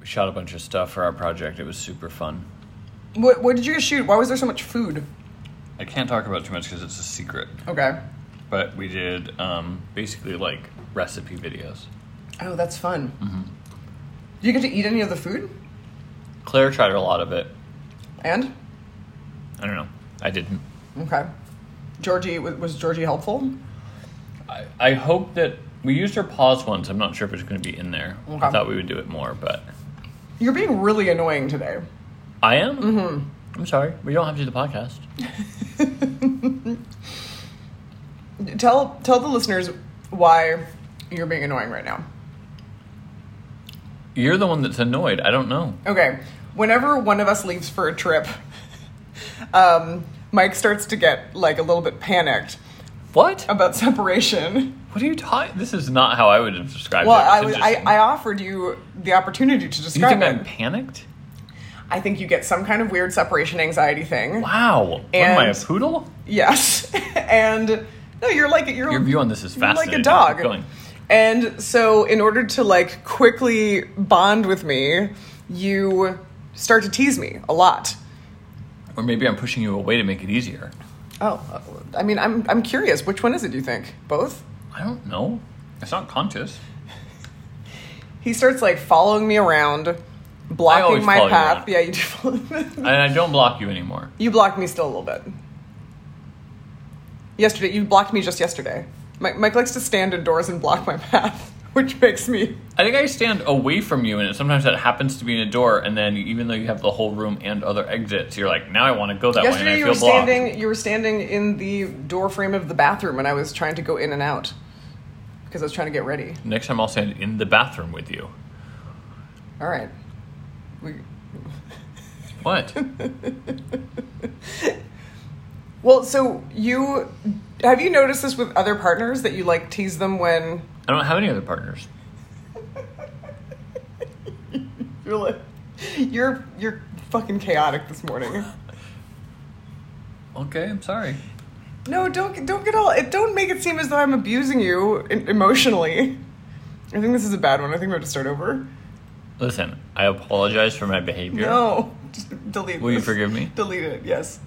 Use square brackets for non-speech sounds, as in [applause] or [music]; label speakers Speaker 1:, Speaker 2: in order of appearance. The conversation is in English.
Speaker 1: We shot a bunch of stuff for our project. It was super fun.
Speaker 2: What, what did you guys shoot? Why was there so much food?
Speaker 1: I can't talk about it too much because it's a secret.
Speaker 2: Okay.
Speaker 1: But we did um, basically like recipe videos.
Speaker 2: Oh, that's fun.
Speaker 1: Mm-hmm.
Speaker 2: Do you get to eat any of the food?
Speaker 1: Claire tried a lot of it.
Speaker 2: And?
Speaker 1: I don't know. I didn't.
Speaker 2: Okay. Georgie, wa- was Georgie helpful?
Speaker 1: I, I hope that we used her paws once. I'm not sure if it's going to be in there.
Speaker 2: Okay.
Speaker 1: I thought we would do it more, but
Speaker 2: You're being really annoying today.
Speaker 1: I am. Mm-hmm. I'm sorry. We don't have to do the podcast.
Speaker 2: Tell tell the listeners why you're being annoying right now.
Speaker 1: You're the one that's annoyed. I don't know.
Speaker 2: Okay. Whenever one of us leaves for a trip, [laughs] um, Mike starts to get like a little bit panicked
Speaker 1: What?
Speaker 2: about separation.
Speaker 1: What are you talking? This is not how I would have described
Speaker 2: Well,
Speaker 1: it. It's
Speaker 2: I, was, I,
Speaker 1: interesting.
Speaker 2: I offered you the opportunity to
Speaker 1: you
Speaker 2: describe
Speaker 1: think I'm
Speaker 2: it.
Speaker 1: panicked?
Speaker 2: I think you get some kind of weird separation anxiety thing.
Speaker 1: Wow. What, am I a
Speaker 2: And-
Speaker 1: poodle?
Speaker 2: Yes, [laughs] and no, you're like you're
Speaker 1: Your view on this is
Speaker 2: you're like
Speaker 1: fascinating.
Speaker 2: a dog.
Speaker 1: Keep going.
Speaker 2: And so, in order to like quickly bond with me, you start to tease me a lot.
Speaker 1: Or maybe I'm pushing you away to make it easier.
Speaker 2: Oh, I mean, I'm I'm curious. Which one is it? Do you think both?
Speaker 1: I don't know. It's not conscious.
Speaker 2: He starts like following me around, blocking
Speaker 1: always
Speaker 2: my
Speaker 1: follow you
Speaker 2: path.
Speaker 1: around.
Speaker 2: yeah, you do follow me.
Speaker 1: And I don't block you anymore.
Speaker 2: you blocked me still a little bit. Yesterday, you blocked me just yesterday. Mike, Mike likes to stand indoors and block my path, [laughs] which makes me
Speaker 1: I think I stand away from you, and sometimes that happens to be in a door. And then even though you have the whole room and other exits, you're like, now I want to go that
Speaker 2: Yesterday
Speaker 1: way, and
Speaker 2: you
Speaker 1: I
Speaker 2: were
Speaker 1: feel blocked.
Speaker 2: standing. You were standing in the door frame of the bathroom, and I was trying to go in and out because I was trying to get ready.
Speaker 1: Next time I'll stand in the bathroom with you.
Speaker 2: All right. We, [laughs]
Speaker 1: What?
Speaker 2: well, so you have you noticed this with other partners that you like tease them when [laughs]
Speaker 1: I don't have any other partners.
Speaker 2: you're like, you're you're fucking chaotic this morning.
Speaker 1: Okay, I'm sorry.
Speaker 2: No, don't don't get all. It don't make it seem as though I'm abusing you e- emotionally. I think this is a bad one. I think we have to start over.
Speaker 1: Listen, I apologize for my behavior.
Speaker 2: No, Just delete.
Speaker 1: Will you
Speaker 2: this.
Speaker 1: forgive me?
Speaker 2: Delete it. Yes.